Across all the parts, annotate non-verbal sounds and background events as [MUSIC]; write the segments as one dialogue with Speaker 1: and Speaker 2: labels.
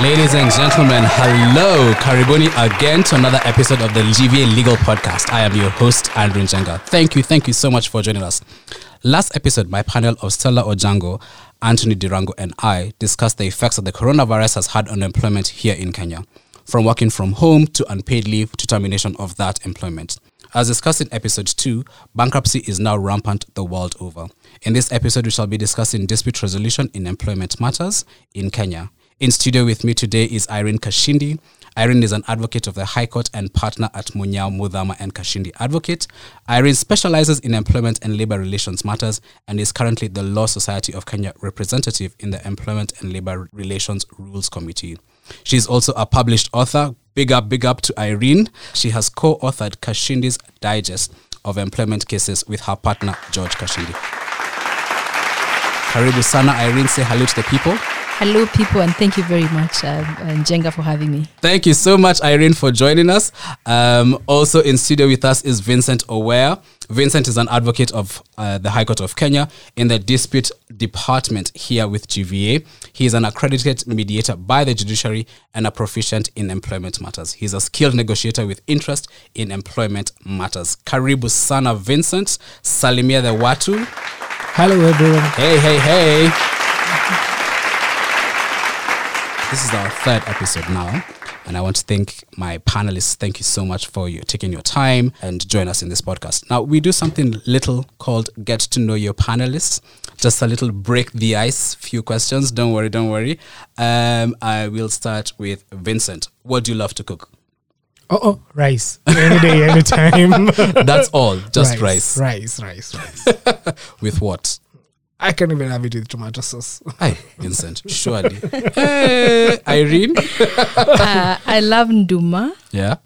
Speaker 1: Ladies and gentlemen, hello. Karibuni again to another episode of the Livier Legal Podcast. I am your host, Andrew Njenga. Thank you, thank you so much for joining us. Last episode, my panel of Stella Ojango, Anthony Durango, and I discussed the effects that the coronavirus has had on employment here in Kenya, from working from home to unpaid leave to termination of that employment. As discussed in episode 2, bankruptcy is now rampant the world over. In this episode, we shall be discussing dispute resolution in employment matters in Kenya. In studio with me today is Irene Kashindi. Irene is an advocate of the High Court and partner at Munyao Mudhama and Kashindi Advocate. Irene specializes in employment and labor relations matters and is currently the Law Society of Kenya representative in the Employment and Labor Relations Rules Committee. She is also a published author. Big up, big up to Irene. She has co authored Kashindi's Digest of Employment Cases with her partner, George Kashindi. Karibu sana, Irene. Say hello to the people.
Speaker 2: Hello, people, and thank you very much, um, and Jenga, for
Speaker 1: [LAUGHS]
Speaker 2: having me.
Speaker 1: Thank you so much, Irene, for joining us. Um, also in studio with us is Vincent Aware. Vincent is an advocate of uh, the High Court of Kenya in the dispute department here with GVA. He is an accredited mediator by the judiciary and a proficient in employment matters. He's a skilled negotiator with interest in employment matters. Karibu sana, Vincent. Salimia the watu.
Speaker 3: Hello, everyone.
Speaker 1: Hey, hey, hey. This is our third episode now, and I want to thank my panelists. Thank you so much for you taking your time and join us in this podcast. Now we do something little called get to know your panelists. Just a little break the ice, few questions. Don't worry, don't worry. Um, I will start with Vincent. What do you love to cook?
Speaker 3: Oh, oh, rice. Any day, any time.
Speaker 1: That's all, just rice.
Speaker 3: Rice, rice, rice.
Speaker 1: With what?
Speaker 3: I can't even have it with tomato sauce.
Speaker 1: Hi, Vincent. Surely. Hey, Irene.
Speaker 2: Uh, I love nduma
Speaker 1: Yeah.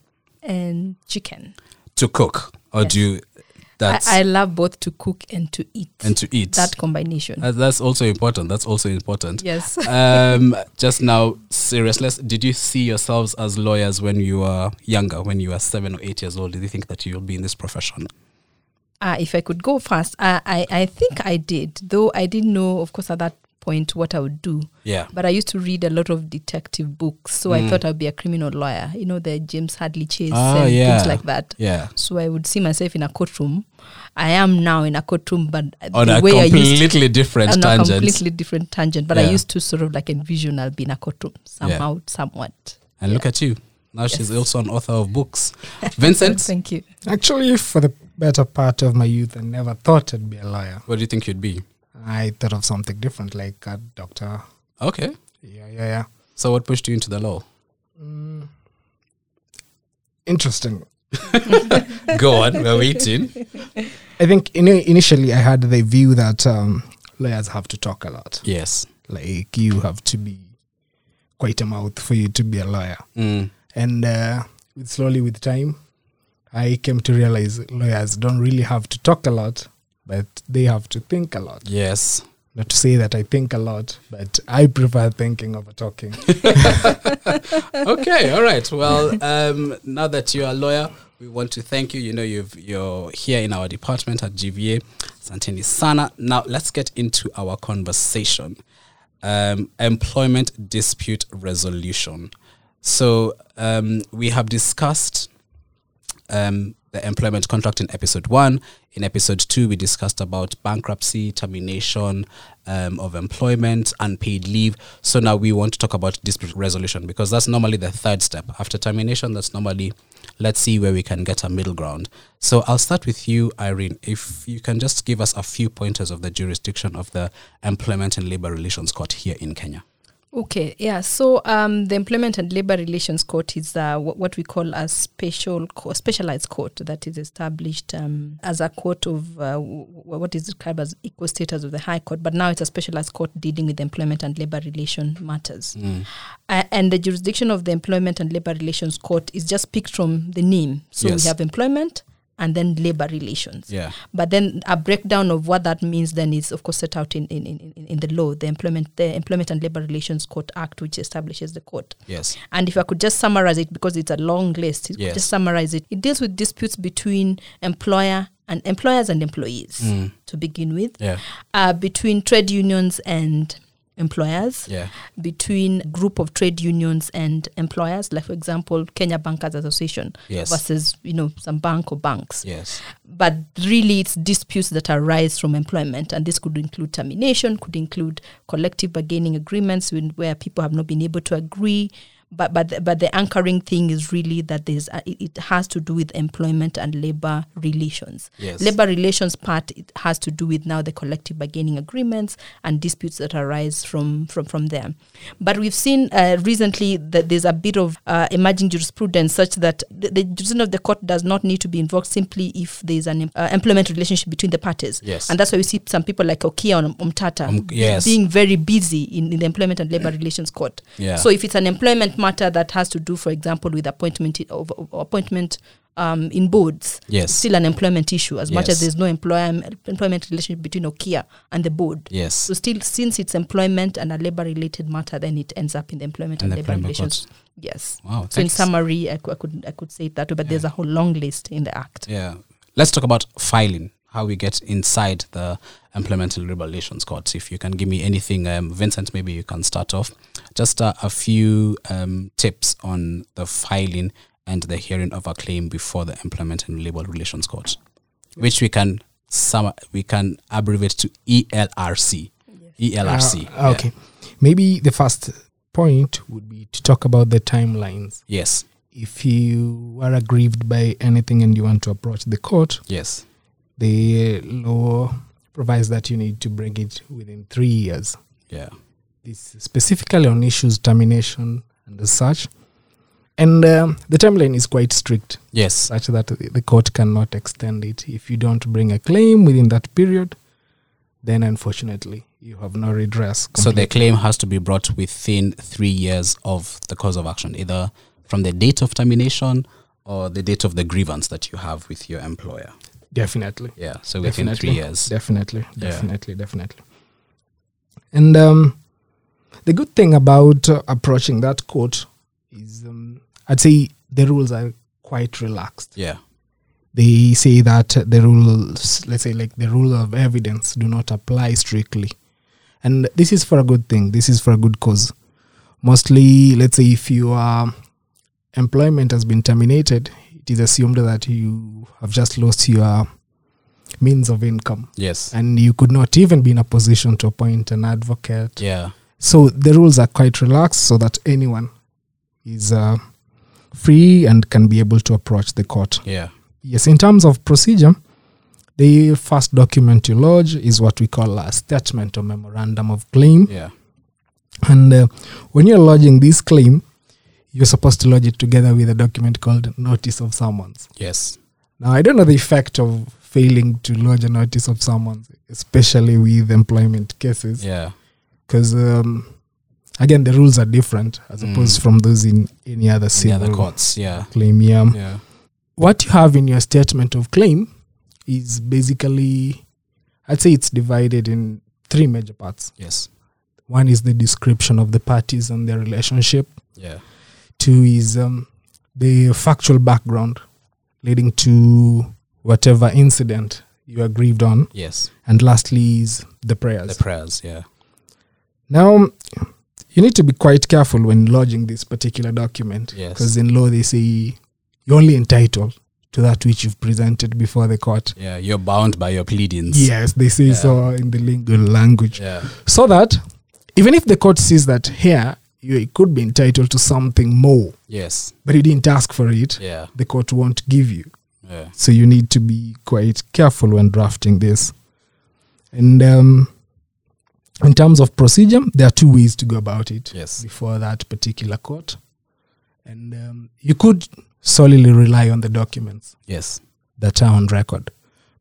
Speaker 2: and chicken.
Speaker 1: To cook, or do you?
Speaker 2: I,
Speaker 1: That's
Speaker 2: I love both to cook and to eat.
Speaker 1: and to eat.
Speaker 2: that combination.
Speaker 1: Uh, that's also important. That's also important.
Speaker 2: yes.
Speaker 1: um, just now, seriously, did you see yourselves as lawyers when you were younger, when you were seven or eight years old? Did you think that you'll be in this profession?
Speaker 2: Uh, if I could go fast, I, I, I think I did, though I didn't know, of course, at that point what I would do.
Speaker 1: Yeah.
Speaker 2: But I used to read a lot of detective books, so I thought I'd be a criminal lawyer. You know, the James Hadley Chase
Speaker 1: Mm. Ah,
Speaker 2: and
Speaker 1: yeah.
Speaker 2: things like that.
Speaker 1: Yeah.
Speaker 2: So I would see myself in a courtroom. I am now in a courtroom, but
Speaker 1: On
Speaker 2: the
Speaker 1: a
Speaker 2: way I used to
Speaker 1: completely different
Speaker 2: on a
Speaker 1: tangent.
Speaker 2: completely different tangent. But I
Speaker 1: Yeah.
Speaker 2: used to sort of like envision I'll be in a courtroom somehow, somewhat.
Speaker 1: And look at you. Now she's also an author of books. Vincent,
Speaker 2: [LAUGHS] Thank you.
Speaker 3: Actually, for the better part of my youth, I never thought I'd be a lawyer.
Speaker 1: what do you think you'd be?
Speaker 3: I thought of something different, like a doctor.
Speaker 1: Okay.
Speaker 3: Yeah, yeah, yeah.
Speaker 1: So, what pushed you into the
Speaker 2: [LAUGHS]
Speaker 1: law?
Speaker 3: Interesting.
Speaker 1: Go on, we're waiting.
Speaker 3: I think in, initially I had the view that um, lawyers have to talk a lot.
Speaker 1: Yes.
Speaker 3: Like, you have to be quite a mouth for you to be a lawyer.
Speaker 1: Mm.
Speaker 3: and uh, with- slowly with time i came to realize lawyers don't really have to talk a lot but they have to think a lot
Speaker 1: Yes.
Speaker 3: not to say that i think a lot but i prefer thinking
Speaker 1: [LAUGHS]
Speaker 3: over talking
Speaker 1: okay, all right. Well, um, now that you're a lawyer, we want to thank you. You know, you've, you're here in our department at GVA. Santini Sana. Now, let's get into our conversation um, employment dispute resolution. So, um, we have discussed um, the employment contract in episode one. In episode two, we discussed about bankruptcy, termination um, of employment, unpaid leave. So now we want to talk about dispute resolution because that's normally the third step. After termination, that's normally let's see where we can get a middle ground. So I'll start with you, Irene. If you can just give us a few pointers of the jurisdiction of the Employment and Labor Relations Court here in Kenya.
Speaker 2: Okay, yeah. So um, the Employment and Labor Relations Court is uh, wh- what we call a special, co- specialized court that is established um, as a court of uh, w- w- what is described as equal status of the High Court, but now it's a specialized court dealing with employment and labor relation matters.
Speaker 1: Mm.
Speaker 2: Uh, and the jurisdiction of the Employment and Labor Relations Court is just picked from the name. So
Speaker 1: Yes.
Speaker 2: we have employment and then labor relations.
Speaker 1: Yeah.
Speaker 2: But then a breakdown of what that means then is of course set out in, in, in, in- in the law, the employment the Employment and Labour Relations Court Act, which establishes the court.
Speaker 1: Yes.
Speaker 2: And if I could just summarize it because it's a long list, if I could
Speaker 1: Yes.
Speaker 2: just summarize it. It deals with disputes between employer and employers and employees to begin with,
Speaker 1: Mm. Yeah.
Speaker 2: uh, between trade unions and employers
Speaker 1: Yeah.
Speaker 2: between group of trade unions and employers like for example kenya bankers association
Speaker 1: Yes.
Speaker 2: versus you know some bank or banks
Speaker 1: Yes.
Speaker 2: but really it's disputes that arise from employment and this could include termination could include collective bargaining agreements when, where people have not been able to agree but but the, but the anchoring thing is really that there's a, it it has to do with employment and labor relations
Speaker 1: Yes.
Speaker 2: labor relations part it has to do with now the collective bargaining agreements and disputes that arise from from from there but we've seen uh, recently that there's a bit of uh, emerging jurisprudence such that the, the decision of the court does not need to be invoked simply if there's an em- uh, employment relationship between the parties
Speaker 1: Yes.
Speaker 2: and that's why we see some people like okia and omtata
Speaker 1: Um, yes.
Speaker 2: being very busy in, in the employment and labor relations court
Speaker 1: Yeah.
Speaker 2: so if it's an employment matter that has to do for example with appointment i- of, of appointment um, in boards
Speaker 1: Yes.
Speaker 2: still an employment issue as much
Speaker 1: Yes.
Speaker 2: as there's no employer employment relationship between okia and the board
Speaker 1: Yes.
Speaker 2: so still since it's employment and a labor related matter then it ends up in the employment
Speaker 1: And
Speaker 2: and,
Speaker 1: the
Speaker 2: labor
Speaker 1: employment
Speaker 2: relations yes
Speaker 1: Wow.
Speaker 2: so in
Speaker 1: thanks.
Speaker 2: summary I, cou- I could i could say it that way but there's a whole long list in the act
Speaker 1: Yeah. Let's talk about filing, how we get inside the Employment and Labor Relations Court. If you can give me anything, um, Vincent, maybe you can start off. Just uh, a few um, tips on the filing and the hearing of a claim before the Employment and Labor Relations Court, which we can sum- we can abbreviate to E ELRC. E ELRC.
Speaker 3: Uh,
Speaker 1: yeah.
Speaker 3: okay. Maybe the first point would be to talk about the timelines.
Speaker 1: Yes.
Speaker 3: If you are aggrieved by anything and you want to approach the court,
Speaker 1: Yes.
Speaker 3: the law provides that you need to bring it within three years.
Speaker 1: Yeah.
Speaker 3: This is specifically on issues termination and as such. And um, the timeline is quite strict,
Speaker 1: Yes.
Speaker 3: such that the the court cannot extend it. If you don't bring a claim within that period, then unfortunately you have no redress.
Speaker 1: So the claim has to be brought within three years of the cause of action, either from the date of termination or the date of the grievance that you have with your employer.
Speaker 3: definitely.
Speaker 1: Yeah, so within three years.
Speaker 3: Definitely,
Speaker 1: Yeah.
Speaker 3: definitely, definitely. And um, the good thing about uh, approaching that court is, um, I'd say the rules are quite relaxed.
Speaker 1: Yeah,
Speaker 3: They say that uh, the rules, let's say like the rule of evidence, do not apply strictly. And this is for a good thing. This is for a good cause. Mostly, let's say if your employment has been terminated, it is assumed that you have just lost your means of income
Speaker 1: yes.
Speaker 3: and you could not even be in a position to appoint an advocate.
Speaker 1: Yeah,
Speaker 3: So the rules are quite relaxed so that anyone is uh, free and can be able to approach the court.
Speaker 1: yeah,
Speaker 3: Yes, in terms of procedure, the first document you lodge is what we call a statement or memorandum of claim.
Speaker 1: yeah,
Speaker 3: And uh, when you're lodging this claim, you're supposed to lodge it together with a document called notice of summons.
Speaker 1: yes,
Speaker 3: Now, I don't know the effect of failing to lodge a notice of summons, especially with employment cases,
Speaker 1: yeah,
Speaker 3: because um, again, the rules are different as opposed from those in Mm. any other
Speaker 1: in the
Speaker 3: civil
Speaker 1: other courts. Yeah,
Speaker 3: claim. Yeah.
Speaker 1: yeah,
Speaker 3: What you have in your statement of claim is basically, I'd say it's divided in three major parts.
Speaker 1: yes,
Speaker 3: One is the description of the parties and their relationship.
Speaker 1: yeah,
Speaker 3: Two is um, the factual background leading to whatever incident you are grieved on.
Speaker 1: yes.
Speaker 3: And lastly is the
Speaker 1: The
Speaker 3: prayers.
Speaker 1: prayers. Yeah,
Speaker 3: now, you need to be quite careful when lodging this particular document
Speaker 1: Yes.
Speaker 3: because in law they say you're only entitled to that which you've presented before the court.
Speaker 1: yeah. You're bound by your pleadings.
Speaker 3: Yes, they say so in the legal language.
Speaker 1: yeah,
Speaker 3: So that even if the court sees that here you could be entitled to something more,
Speaker 1: yes,
Speaker 3: but you didn't ask for it,
Speaker 1: yeah,
Speaker 3: the court won't give you.
Speaker 1: yeah,
Speaker 3: So you need to be quite careful when drafting this. And um, in terms of procedure, there are two ways to go about it
Speaker 1: yes,
Speaker 3: before that particular court. And um, you could solely rely on the documents
Speaker 1: yes.
Speaker 3: that are on record.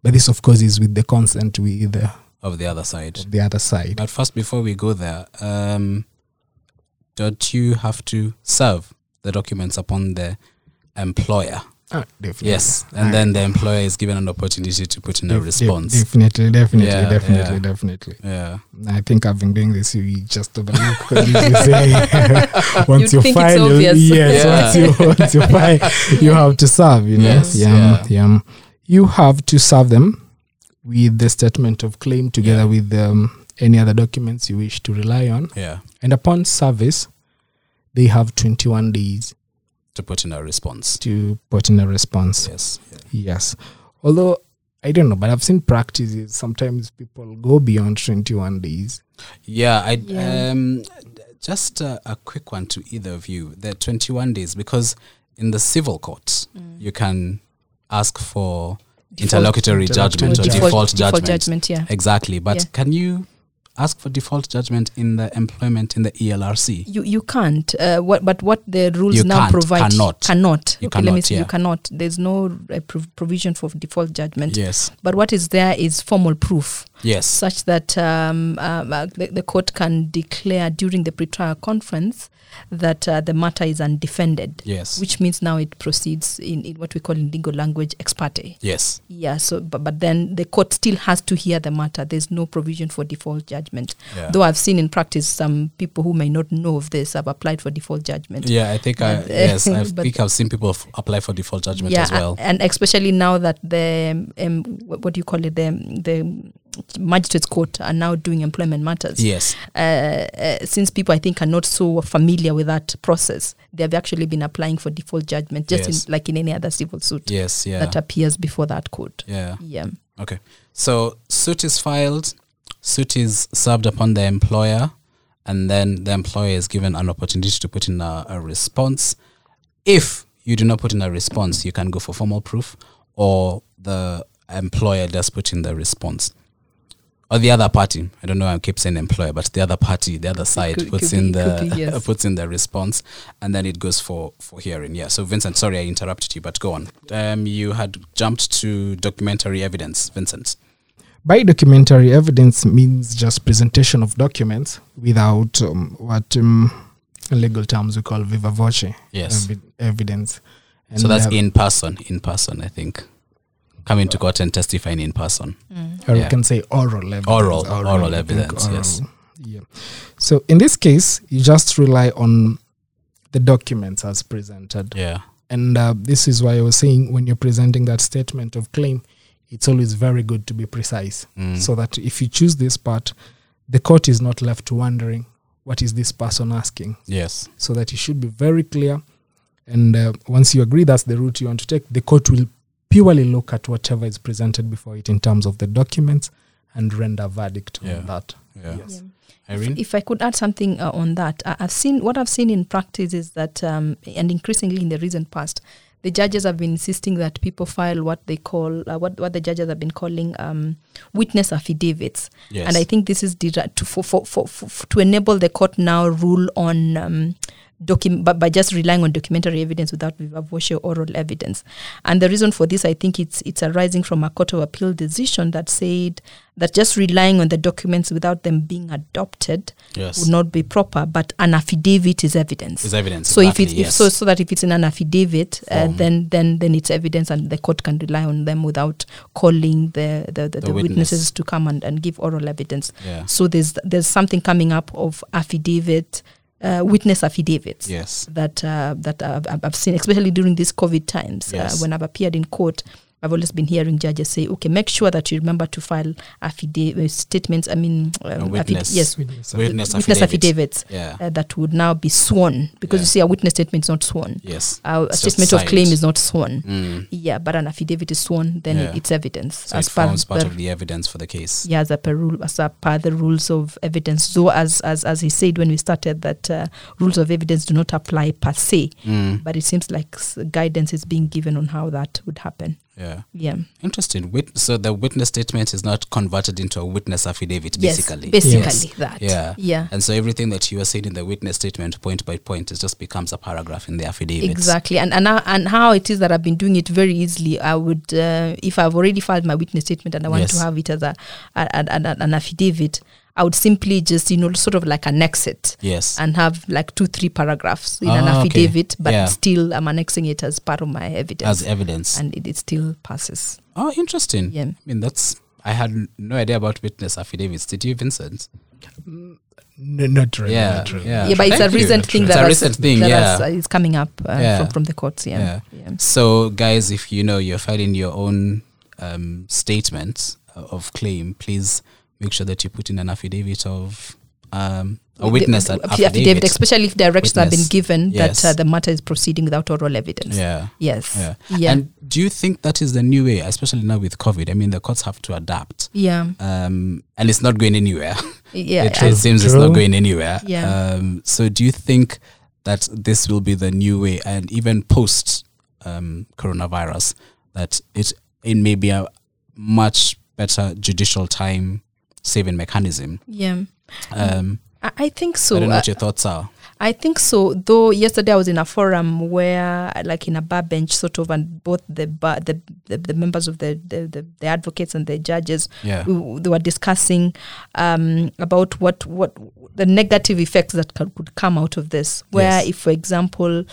Speaker 3: But this, of course, is with the consent with uh,
Speaker 1: Of the other side.
Speaker 3: the other side.
Speaker 1: But first, before we go there, um, don't you have to serve the documents upon the employer?
Speaker 3: Ah, definitely.
Speaker 1: Yes, and
Speaker 3: Ah,
Speaker 1: then the employer is given an opportunity to put in a
Speaker 3: def- def-
Speaker 1: response.
Speaker 3: Definitely, definitely,
Speaker 1: Yeah,
Speaker 3: definitely,
Speaker 1: yeah.
Speaker 3: definitely.
Speaker 1: Yeah,
Speaker 3: I think I've been doing this. You just overlook
Speaker 2: [LAUGHS]
Speaker 3: because you say [LAUGHS]
Speaker 2: You'd
Speaker 3: once you
Speaker 2: think it's
Speaker 3: file, you-
Speaker 2: obvious.
Speaker 3: yes,
Speaker 1: Yeah.
Speaker 3: once you [LAUGHS] once you file, you have to serve. You know,
Speaker 1: Yes,
Speaker 3: yeah,
Speaker 1: yeah.
Speaker 3: yeah. You have to serve them with the statement of claim together with the um, any other documents you wish to rely on.
Speaker 1: Yeah.
Speaker 3: And upon service, they have 21 days
Speaker 1: To put in a response.
Speaker 3: to put in a response.
Speaker 1: Yes.
Speaker 3: Yes. Although, I don't know, but I've seen practices. Sometimes people go beyond 21 days.
Speaker 1: Yeah, I
Speaker 2: Yeah.
Speaker 1: um just a, a quick one to either of you. The 21 days because in the civil court you can ask for
Speaker 2: Default-
Speaker 1: interlocutory
Speaker 3: interlocutory
Speaker 1: judgment or
Speaker 3: judgment.
Speaker 1: default, judgment.
Speaker 2: judgment, yeah.
Speaker 1: Exactly, but
Speaker 2: Yeah.
Speaker 1: can you ask for default judgment in the employment in the E ELRC?
Speaker 2: You you can't. Uh, what but what the rules
Speaker 1: You
Speaker 2: now
Speaker 1: can't,
Speaker 2: provide
Speaker 1: cannot.
Speaker 2: cannot.
Speaker 1: You
Speaker 2: okay, let me
Speaker 1: cannot,
Speaker 2: see.
Speaker 1: yeah.
Speaker 2: You cannot. There's no uh, prov- provision for default judgment.
Speaker 1: Yes.
Speaker 2: But what is there is formal proof,
Speaker 1: Yes.
Speaker 2: such that um, um, uh, the, the court can declare during the pretrial conference that uh, the matter is undefended,
Speaker 1: Yes.
Speaker 2: which means now it proceeds in, in what we call in legal language ex parte.
Speaker 1: yes.
Speaker 2: Yeah, so but, but then the court still has to hear the matter. There's no provision for default judgment.
Speaker 1: Yeah.
Speaker 2: Though I've seen in practice some people who may not know of this have applied for default judgment.
Speaker 1: Yeah, I think I
Speaker 2: [LAUGHS] But, uh,
Speaker 1: yes, I
Speaker 2: but-
Speaker 1: think I've seen people f- apply for default judgment as
Speaker 2: a-
Speaker 1: well.
Speaker 2: and especially now that the um, wh- what do you call it the the magistrates court are now doing employment matters.
Speaker 1: yes.
Speaker 2: Uh, uh, since people I think are not so familiar with that process, they have actually been applying for default judgment, just
Speaker 1: Yes.
Speaker 2: in, like in any other civil suit
Speaker 1: Yes, yeah.
Speaker 2: that appears before that court.
Speaker 1: yeah.
Speaker 2: Yeah.
Speaker 1: Okay. So suit is filed, suit is served upon the employer, and then the employer is given an opportunity to put in a, a response. If you do not put in a response, you can go for formal proof, or the employer does put in the response. Or the other party, I don't know. I keep saying employer, but the other party, the other side,
Speaker 2: could-
Speaker 1: puts
Speaker 2: could be-
Speaker 1: in
Speaker 2: it
Speaker 1: the
Speaker 2: could be, yes.
Speaker 1: [LAUGHS] puts in the response, and then it goes for for hearing. Yeah. So Vincent, sorry I interrupted you, but go on. Um, you had jumped to documentary evidence, Vincent.
Speaker 3: By documentary evidence means just presentation of documents without um, what um, in legal terms we call viva voce
Speaker 1: Yes.
Speaker 3: evi- evidence.
Speaker 1: so that's
Speaker 3: uh,
Speaker 1: in person, in person, I think. Coming to court and testifying in person.
Speaker 3: or
Speaker 1: Yeah.
Speaker 3: we can say oral evidence.
Speaker 1: Oral- oral
Speaker 3: I think,
Speaker 1: evidence, yes.
Speaker 3: Yeah. So in this case, you just rely on the documents as presented,
Speaker 1: Yeah.
Speaker 3: and uh, this is why I was saying when you're presenting that statement of claim, it's always very good to be precise,
Speaker 1: Mm.
Speaker 3: so that if you choose this part, the court is not left wondering what is this person asking,
Speaker 1: yes.
Speaker 3: so that it should be very clear. And uh, once you agree that's the route you want to take, the court will purely look at whatever is presented before it in terms of the documents and render verdict
Speaker 1: Yeah.
Speaker 3: on that.
Speaker 1: Yeah.
Speaker 3: Yes.
Speaker 1: Irene?
Speaker 2: If I could add something uh, on that, I, I've seen what I've seen in practice is that, um, and increasingly in the recent past, the judges have been insisting that people file what they call uh, what what the judges have been calling um, witness affidavits,
Speaker 1: Yes.
Speaker 2: and I think this is deri- to for, for, for, for, to enable the court now rule on. Um, Docu- but by just relying on documentary evidence without viva voce oral evidence, and the reason for this, I think, it's it's arising from a court of appeal decision that said that just relying on the documents without them being adopted
Speaker 1: yes.
Speaker 2: would not be proper, but an affidavit is evidence.
Speaker 1: Is evidence.
Speaker 2: so if
Speaker 1: exactly,
Speaker 2: it's if
Speaker 1: yes.
Speaker 2: so, so that if it's in an affidavit, uh,
Speaker 1: Form.
Speaker 2: then then then it's evidence, and the court can rely on them without calling the the, the,
Speaker 1: The
Speaker 2: the,
Speaker 1: witness.
Speaker 2: witnesses to come and, and give oral evidence.
Speaker 1: Yeah.
Speaker 2: So there's there's something coming up of affidavit, uh, witness affidavits
Speaker 1: Yes.
Speaker 2: that uh, that I've, I've- I've seen, especially during these COVID times,
Speaker 1: Yes.
Speaker 2: uh, when I've appeared in court, I've always been hearing judges say, "Okay, make sure that you remember to file affidavit uh, statements. I mean, um,
Speaker 1: A witness.
Speaker 2: affid- yes,
Speaker 3: Witness.
Speaker 1: Witness,
Speaker 2: witness
Speaker 1: affidavit.
Speaker 2: affidavits
Speaker 1: Yeah.
Speaker 2: uh, that would now be sworn because
Speaker 1: Yeah.
Speaker 2: you see, a witness statement is not sworn.
Speaker 1: Yes.
Speaker 2: Uh, a
Speaker 1: It's just
Speaker 2: statement of claim
Speaker 1: signed.
Speaker 2: is not sworn.
Speaker 1: Mm.
Speaker 2: Yeah, but an affidavit is sworn, then
Speaker 1: Yeah.
Speaker 2: it's evidence
Speaker 1: So it
Speaker 2: per
Speaker 1: forms part
Speaker 2: the-
Speaker 1: of the evidence for the case.
Speaker 2: yeah, as a per rule, as a per the rules of evidence. So, as as as he said when we started, that uh, rules of evidence do not apply per se,
Speaker 1: Mm.
Speaker 2: but it seems like s- guidance is being given on how that would happen.
Speaker 1: Yeah.
Speaker 2: Yeah.
Speaker 1: Interesting. Wit- so the witness statement is not converted into a witness affidavit, basically.
Speaker 2: Yes, basically
Speaker 1: Yes.
Speaker 2: that.
Speaker 1: Yeah.
Speaker 2: Yeah.
Speaker 1: And so everything that you are saying in the witness statement, point by point, it just becomes a paragraph in the affidavit.
Speaker 2: Exactly, and and I- and how it is that I've been doing it very easily. I would, uh, if I've already filed my witness statement and I want
Speaker 1: Yes.
Speaker 2: to have it as a, a, a, a- an affidavit, I would simply just you know sort of like annex it.
Speaker 1: Yes.
Speaker 2: and have like two, three paragraphs in an
Speaker 1: Ah, okay.
Speaker 2: affidavit, but
Speaker 1: Yeah.
Speaker 2: still I'm annexing it as part of my evidence
Speaker 1: as evidence.
Speaker 2: and it, it still passes.
Speaker 1: oh, interesting.
Speaker 2: Yeah.
Speaker 1: I mean, that's I had no idea about witness affidavits. Did you, Vincent?
Speaker 3: No, not really.
Speaker 1: Yeah,
Speaker 3: Not really.
Speaker 1: yeah.
Speaker 2: Yeah, but it's a
Speaker 1: Ah, Thank you.
Speaker 2: recent
Speaker 1: That's
Speaker 2: thing
Speaker 1: true.
Speaker 2: that
Speaker 1: It's a
Speaker 2: has-
Speaker 1: recent thing,
Speaker 2: that
Speaker 1: yeah.
Speaker 2: has- uh, is coming up uh,
Speaker 1: Yeah.
Speaker 2: from, from the courts. Yeah.
Speaker 1: Yeah.
Speaker 2: yeah.
Speaker 1: So, guys, if you know you're filing your own um, statement of uh, claim, please make sure that you put in an affidavit of um, a
Speaker 2: The-
Speaker 1: witness
Speaker 2: the-
Speaker 1: an
Speaker 2: the affidavit, especially if directions have been
Speaker 1: Witness.
Speaker 2: given
Speaker 1: Yes.
Speaker 2: that uh, the matter is proceeding without oral evidence.
Speaker 1: Yeah.
Speaker 2: Yes.
Speaker 1: Yeah.
Speaker 2: Yeah.
Speaker 1: And do you think that is the new way, especially now with COVID? I mean, the courts have to adapt,
Speaker 2: yeah.
Speaker 1: um, and it's not going anywhere.
Speaker 2: Yeah.
Speaker 1: it
Speaker 2: I-
Speaker 1: just seems it's not
Speaker 3: True.
Speaker 1: going anywhere.
Speaker 2: Yeah.
Speaker 1: Um, so, do you think that this will be the new way, and even post um, coronavirus, that it it may be a much better judicial time saving mechanism?
Speaker 2: yeah.
Speaker 1: Um,
Speaker 2: I, I think so.
Speaker 1: I don't know
Speaker 2: Uh,
Speaker 1: what your thoughts are.
Speaker 2: I think so. Though yesterday I was in a forum where, like in a bar bench, sort of, and both the bar, the, the the members of the the, the the advocates and the judges,
Speaker 1: Yeah.
Speaker 2: w- they were discussing um, about what what the negative effects that could, could come out of this. Where,
Speaker 1: Yes.
Speaker 2: if for example,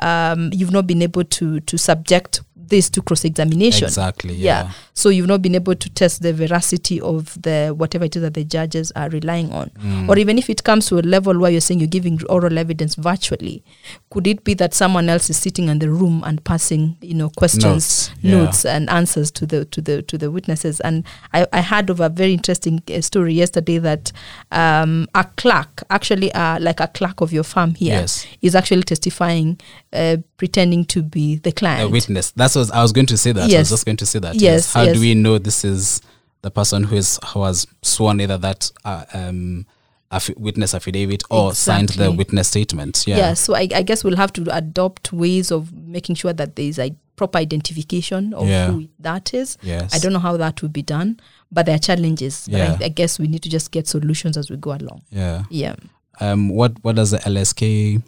Speaker 2: um, you've not been able to to subject this to cross examination,
Speaker 1: Exactly.
Speaker 2: Yeah.
Speaker 1: Yeah.
Speaker 2: so you've not been able to test the veracity of the whatever it is that the judges are relying on
Speaker 1: Mm.
Speaker 2: or even if it comes to a level where you're saying you're giving oral evidence virtually could it be that someone else is sitting in the room and passing you know questions
Speaker 1: Notes, yeah.
Speaker 2: notes and answers to the to the to the witnesses and i, I heard of a very interesting uh, story yesterday that um, a clerk actually uh, like a clerk of your firm here is
Speaker 1: Yes.
Speaker 2: actually testifying uh, pretending to be the
Speaker 1: a
Speaker 2: client
Speaker 1: witness. That's what I was going to say. That I was
Speaker 2: Yes.
Speaker 1: just going to say that.
Speaker 2: Yes,
Speaker 1: How
Speaker 2: yes.
Speaker 1: do we know this is the person who is who has sworn either that uh, um, affi- witness affidavit or signed the
Speaker 2: Exactly.
Speaker 1: witness statement? Yeah.
Speaker 2: yeah, so I, I guess we'll have to adopt ways of making sure that there is a proper identification of
Speaker 1: Yeah.
Speaker 2: who that is
Speaker 1: Yes.
Speaker 2: I don't know how that will be done, but there are challenges. But
Speaker 1: Yeah.
Speaker 2: I, I guess we need to just get solutions as we go along.
Speaker 1: Yeah.
Speaker 2: Yeah.
Speaker 1: Um. What What does the LSK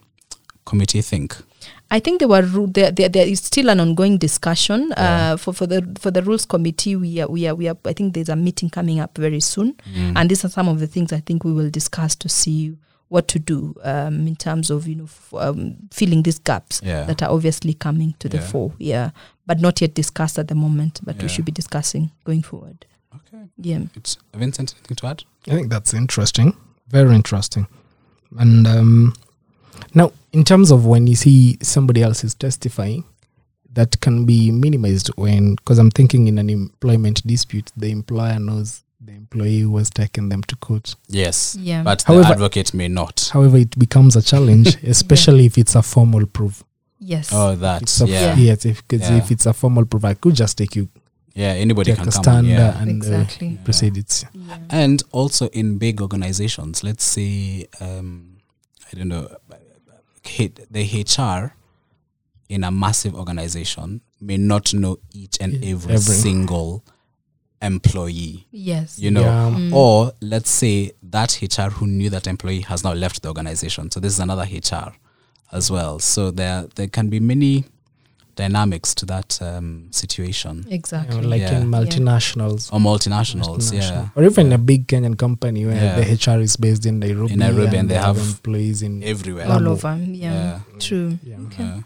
Speaker 1: committee think?
Speaker 2: I think there were ru- there, there, there is still an ongoing discussion
Speaker 1: Yeah.
Speaker 2: uh, for, for the for the rules committee. We are we are we are. I think there's a meeting coming up very soon,
Speaker 1: Mm.
Speaker 2: and these are some of the things I think we will discuss to see what to do um, in terms of you know f- um, filling these gaps
Speaker 1: Yeah.
Speaker 2: that are obviously coming to the
Speaker 1: Yeah.
Speaker 2: fore. Yeah, but not yet discussed at the moment. But
Speaker 1: Yeah.
Speaker 2: we should be discussing going forward.
Speaker 1: Okay.
Speaker 2: Yeah.
Speaker 1: It's Vincent. Anything to add?
Speaker 3: I think that's interesting, very interesting. And um, now, in terms of when you see somebody else is testifying, that can be minimized when, because I'm thinking in an employment dispute, the employer knows the employee who has taken them to court.
Speaker 1: Yes.
Speaker 2: Yeah.
Speaker 1: But the
Speaker 3: However-
Speaker 1: advocate may not.
Speaker 3: However, it becomes a challenge,
Speaker 2: [LAUGHS]
Speaker 3: especially if it's a formal proof.
Speaker 2: yes.
Speaker 1: Oh, that.
Speaker 3: It's a,
Speaker 1: Yeah. yeah.
Speaker 3: Yes, if, 'cause
Speaker 1: Yeah.
Speaker 3: if it's a formal proof, I could just take you
Speaker 1: Anybody
Speaker 3: take
Speaker 1: can
Speaker 3: a
Speaker 1: come. on,
Speaker 3: stand
Speaker 1: Yeah.
Speaker 3: uh, and
Speaker 2: Exactly.
Speaker 3: uh, proceed. It's
Speaker 2: Yeah.
Speaker 1: and also in big organizations let's say um, i don't know H- the hr in a massive organization may not know each and
Speaker 3: Yeah,
Speaker 1: every,
Speaker 3: every-
Speaker 1: single employee
Speaker 2: Yes.
Speaker 1: you know
Speaker 3: Yeah.
Speaker 2: Mm.
Speaker 1: or let's say that hr who knew that employee has now left the organization so this is another hr as well so there there can be many dynamics to that um, situation
Speaker 3: you know,
Speaker 2: Exactly.
Speaker 3: like
Speaker 1: Yeah.
Speaker 3: in
Speaker 2: Yeah.
Speaker 3: multinationals,
Speaker 1: or multinationals yeah
Speaker 3: Multinational. Or even
Speaker 1: Yeah.
Speaker 3: a big Kenyan company where
Speaker 1: Yeah.
Speaker 3: the HR is based in Nairobi.
Speaker 1: In Nairobi and they have
Speaker 3: employees in.
Speaker 1: everywhere
Speaker 3: All
Speaker 2: All
Speaker 3: Labo.
Speaker 2: over. yeah.
Speaker 1: yeah.
Speaker 2: True.
Speaker 3: Yeah.
Speaker 2: Okay.
Speaker 1: Yeah.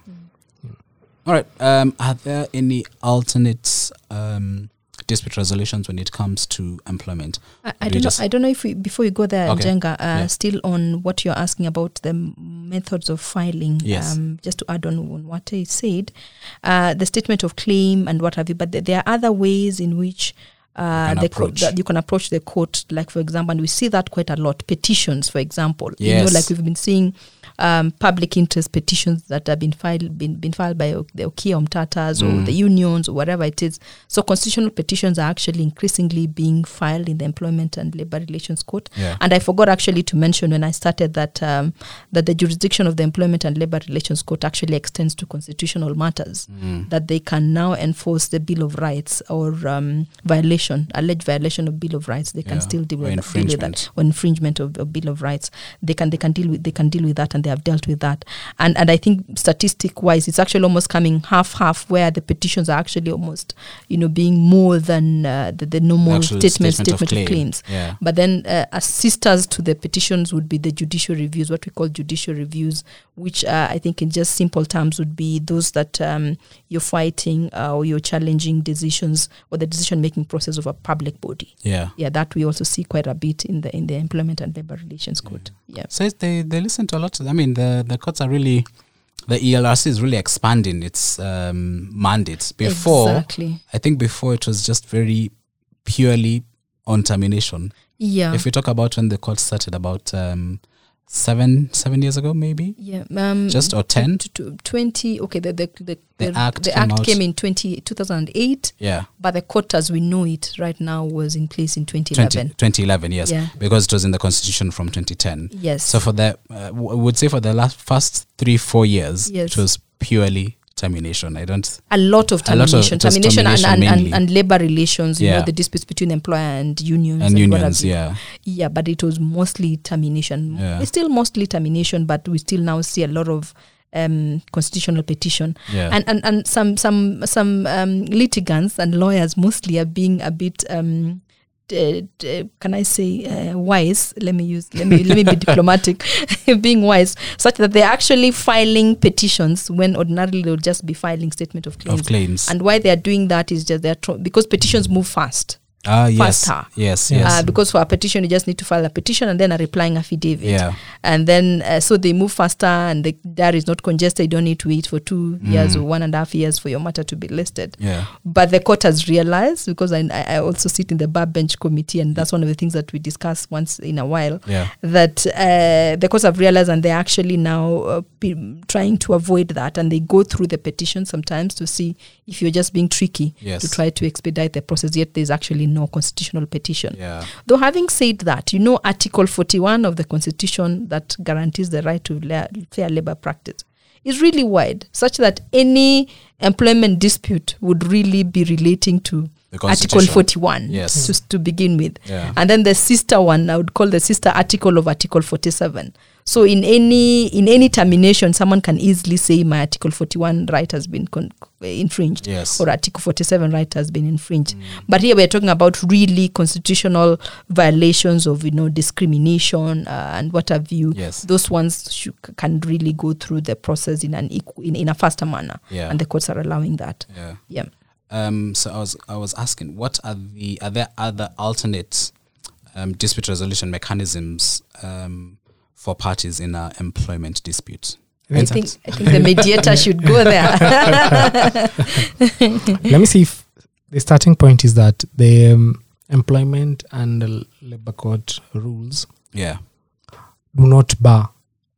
Speaker 1: All right. Um, are there any alternate um, dispute resolutions when it comes to employment?
Speaker 2: I,
Speaker 1: Or do
Speaker 2: I
Speaker 1: you
Speaker 2: don't know.
Speaker 1: just-
Speaker 2: I don't know if we before you go there,
Speaker 1: Okay.
Speaker 2: Jenga. Uh,
Speaker 1: Yeah.
Speaker 2: Still on what you're asking about the m- methods of filing.
Speaker 1: Yes.
Speaker 2: Um, just to add on on what he said, uh, the statement of claim and what have you. But th- there are other ways in which. Uh,
Speaker 1: can
Speaker 2: the co-
Speaker 1: approach.
Speaker 2: that you can approach the court, like for example, and we see that quite a lot. Petitions, for example, you
Speaker 1: Yes.
Speaker 2: know, like we've been seeing um, public interest petitions that have been filed been, been filed by O- the Okia Umtatas or
Speaker 1: Mm.
Speaker 2: the unions or whatever it is. So constitutional petitions are actually increasingly being filed in the Employment and Labor Relations Court.
Speaker 1: Yeah.
Speaker 2: And I forgot actually to mention when I started that um, that the jurisdiction of the Employment and Labor Relations Court actually extends to constitutional matters.
Speaker 1: Mm.
Speaker 2: That they can now enforce the Bill of Rights or um, violation, alleged violation of Bill of Rights. They can
Speaker 1: Yeah,
Speaker 2: still deal
Speaker 1: or
Speaker 2: with, that- deal with that
Speaker 1: infringement.
Speaker 2: or infringement of, of Bill of Rights. They can they can deal with they can deal with that, and they have dealt with that. And and I think statistic wise, it's actually almost coming half half, where the petitions are actually almost you know being more than uh, the, the normal
Speaker 1: Actual
Speaker 2: statement statement of, claims.
Speaker 1: Yeah.
Speaker 2: But then uh, assisters to the petitions would be the judicial reviews, what we call judicial reviews, which uh, I think in just simple terms would be those that um, you're fighting uh, or you're challenging decisions or the decision making process of a public body.
Speaker 1: Yeah.
Speaker 2: Yeah, that we also see quite a bit in the in the Employment and Labor Relations Code. Yeah.
Speaker 1: So it's- they, they listen to a lot. I mean, the, the courts are really, the E ELRC is really expanding its um, mandates. Before,
Speaker 2: exactly.
Speaker 1: I think before it was just very purely on termination.
Speaker 2: Yeah.
Speaker 1: If we talk about when the court started, about um, seven seven years ago, maybe
Speaker 2: yeah. Um,
Speaker 1: just or ten.
Speaker 2: to- to 20 okay the the the,
Speaker 1: The act
Speaker 2: the
Speaker 1: came
Speaker 2: act
Speaker 1: out-
Speaker 2: came in 20, 2008
Speaker 1: Yeah,
Speaker 2: but the court as we know it right now was in place in
Speaker 1: 20,
Speaker 2: 2011
Speaker 1: 2011, Yes,
Speaker 2: Yeah.
Speaker 1: because it was in the constitution from twenty ten.
Speaker 2: yes
Speaker 1: So for the, uh, w- I would say for the last first three four years,
Speaker 2: Yes.
Speaker 1: it was purely termination. I don't.
Speaker 2: a lot of
Speaker 1: A lot of-
Speaker 2: termination
Speaker 1: just
Speaker 2: termination, and-
Speaker 1: termination
Speaker 2: and,
Speaker 1: mainly.
Speaker 2: and, and labor relations you
Speaker 1: Yeah.
Speaker 2: know the disputes between employer and unions
Speaker 1: And
Speaker 2: what
Speaker 1: unions,
Speaker 2: have you.
Speaker 1: yeah,
Speaker 2: yeah but it was mostly termination
Speaker 1: Yeah.
Speaker 2: it's still mostly termination but we still now see a lot of um, constitutional petition
Speaker 1: yeah,
Speaker 2: and, and and some some some um, litigants and lawyers mostly are being a bit um, d- d- can I say uh, wise? Let me use let me let me be diplomatic, [LAUGHS] being wise, such that they're actually filing petitions when ordinarily they'll just be filing statement of claims.
Speaker 1: of claims.
Speaker 2: And why they are doing that is just they're tr- because petitions move fast.
Speaker 1: Ah, yes,
Speaker 2: faster.
Speaker 1: yes, yes,
Speaker 2: Uh, because for a petition, you just need to file a petition and then a replying affidavit
Speaker 1: yeah,
Speaker 2: and then uh, so they move faster and the diary is not congested you don't need to wait for two
Speaker 1: Mm.
Speaker 2: years or one and a half years for your matter to be listed
Speaker 1: yeah,
Speaker 2: but the court has realized because I, I I also sit in the bar bench committee and that's one of the things that we discuss once in a while
Speaker 1: yeah.
Speaker 2: that uh, the courts have realized and they're actually now uh, p- trying to avoid that and they go through the petition sometimes to see if you're just being tricky
Speaker 1: Yes.
Speaker 2: to try to expedite the process yet there's actually no constitutional petition
Speaker 1: Yeah,
Speaker 2: Though having said that, you know Article 41 of the Constitution that guarantees the right to la- fair labor practice is really wide, such that any employment dispute would really be relating to
Speaker 1: the
Speaker 2: Article
Speaker 1: Constitution.
Speaker 2: 41
Speaker 1: Yes.
Speaker 2: to, to begin with.
Speaker 1: Yeah.
Speaker 2: And then the sister one, I would call the sister article of Article 47. So in any in any termination, someone can easily say my Article 41 right has been con- infringed
Speaker 1: Yes.
Speaker 2: or Article 47 right has been infringed. But here we're talking about really constitutional violations of, you know, discrimination uh, and what have you.
Speaker 1: Yes.
Speaker 2: Those ones sh- can really go through the process in an equ- in, in a faster manner.
Speaker 1: Yeah.
Speaker 2: And the courts are allowing that.
Speaker 1: Yeah.
Speaker 2: Yeah.
Speaker 1: Um, so I was I was asking, what are the are there other alternate um, dispute resolution mechanisms um, for parties in an employment dispute?
Speaker 2: I think, I think
Speaker 1: [LAUGHS]
Speaker 2: the mediator should go [LAUGHS] there.
Speaker 3: Let me see if the starting point is that the um, employment and l- labor court rules
Speaker 1: Yeah.
Speaker 3: do not bar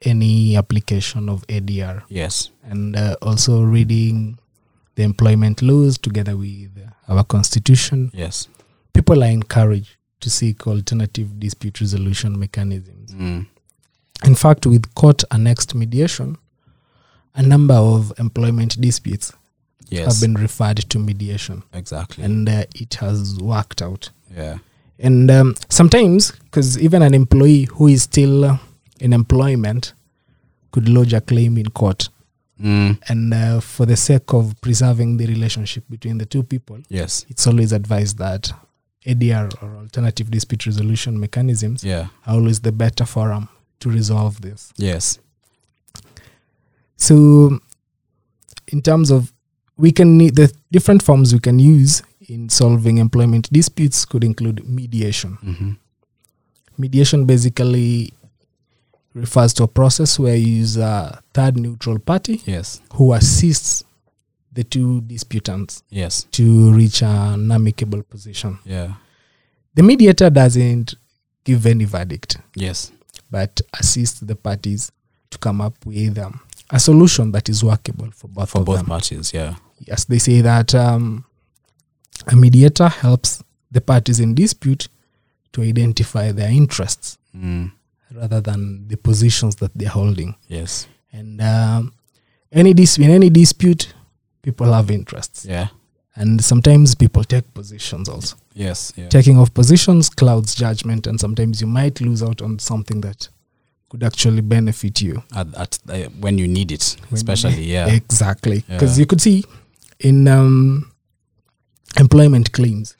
Speaker 3: any application of ADR
Speaker 1: Yes.
Speaker 3: and uh, also reading the employment laws together with our constitution
Speaker 1: Yes.
Speaker 3: people are encouraged to seek alternative dispute resolution mechanisms
Speaker 1: Mm.
Speaker 3: In fact, with court annexed mediation, a number of employment disputes
Speaker 1: Yes.
Speaker 3: have been referred to mediation
Speaker 1: exactly.
Speaker 3: and uh, it has worked out.
Speaker 1: yeah.
Speaker 3: And um, sometimes, because even an employee who is still uh, in employment could lodge a claim in court.
Speaker 1: Mm.
Speaker 3: And uh, for the sake of preserving the relationship between the two people,
Speaker 1: Yes.
Speaker 3: it's always advised that ADR or alternative dispute resolution mechanisms
Speaker 1: Yeah.
Speaker 3: are always the better forum to resolve this.
Speaker 1: Yes.
Speaker 3: So, in terms of we can need the different forms we can use in solving employment disputes could include mediation.
Speaker 1: Mm-hmm.
Speaker 3: Mediation basically refers to a process where you use a third neutral party
Speaker 1: Yes.
Speaker 3: who assists the two disputants
Speaker 1: Yes.
Speaker 3: to reach an amicable position.
Speaker 1: Yeah.
Speaker 3: The mediator doesn't give any verdict,
Speaker 1: Yes.
Speaker 3: but assists the parties to come up with um, a solution that is workable for both
Speaker 1: For
Speaker 3: of
Speaker 1: both
Speaker 3: them.
Speaker 1: parties. Yeah.
Speaker 3: yes, they say that um, a mediator helps the parties in dispute to identify their interests
Speaker 1: Mm.
Speaker 3: rather than the positions that they're holding.
Speaker 1: Yes.
Speaker 3: And um, any dis- in any dispute, people have interests,
Speaker 1: Yeah.
Speaker 3: and sometimes people take positions also.
Speaker 1: Yes. Yeah.
Speaker 3: Taking of positions clouds judgment, and sometimes you might lose out on something that could actually benefit you.
Speaker 1: At, at uh, when you need it,
Speaker 3: you-
Speaker 1: especially. Yeah.
Speaker 3: Exactly. Because
Speaker 1: Yeah.
Speaker 3: you could see in um, employment claims,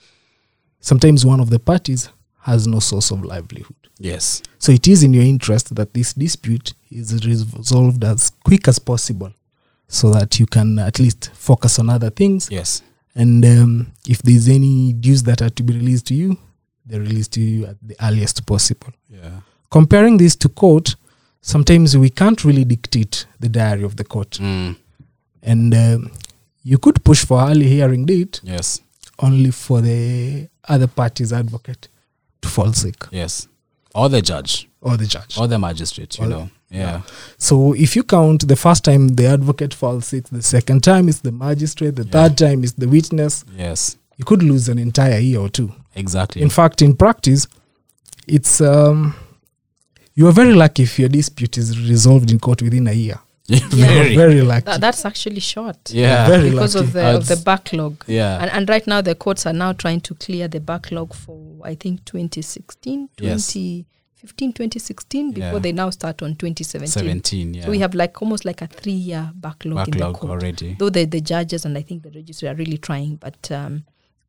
Speaker 3: sometimes one of the parties has no source of livelihood.
Speaker 1: yes.
Speaker 3: So it is in your interest that this dispute is resolved as quick as possible so that you can at least focus on other things.
Speaker 1: Yes.
Speaker 3: And um, if there's any dues that are to be released to you, they're released to you at the earliest possible
Speaker 1: Yeah.
Speaker 3: comparing this to court, sometimes we can't really dictate the diary of the court.
Speaker 1: Mm.
Speaker 3: And um you could push for early hearing date
Speaker 1: Yes.
Speaker 3: only for the other party's advocate to fall sick
Speaker 1: Yes. Or the judge
Speaker 3: or the judge.
Speaker 1: or the magistrate, you
Speaker 3: Or-
Speaker 1: know. Yeah.
Speaker 3: So if you count the first time the advocate falls sick, the second time is the magistrate, the third time is the witness,
Speaker 1: Yes.
Speaker 3: you could lose an entire year or two.
Speaker 1: Exactly.
Speaker 3: In fact, in practice, it's um, you are very lucky if your dispute is resolved in court within a year.
Speaker 1: [LAUGHS] Very.
Speaker 3: Very lucky.
Speaker 2: Tha- that's actually short
Speaker 1: Yeah.
Speaker 3: Very
Speaker 2: because
Speaker 3: lucky.
Speaker 2: of the, of the
Speaker 1: That's-
Speaker 2: backlog.
Speaker 1: yeah.
Speaker 2: And, and right now, the courts are now trying to clear the backlog for, I think, 2016,
Speaker 1: Yes.
Speaker 2: 2015, 2016, before
Speaker 1: Yeah.
Speaker 2: they now start on 2017.
Speaker 1: 17. Yeah.
Speaker 2: So we have like almost like a three year backlog, in the
Speaker 1: backlog
Speaker 2: court.
Speaker 1: already.
Speaker 2: Though the, the judges and I think the registry are really trying, but um,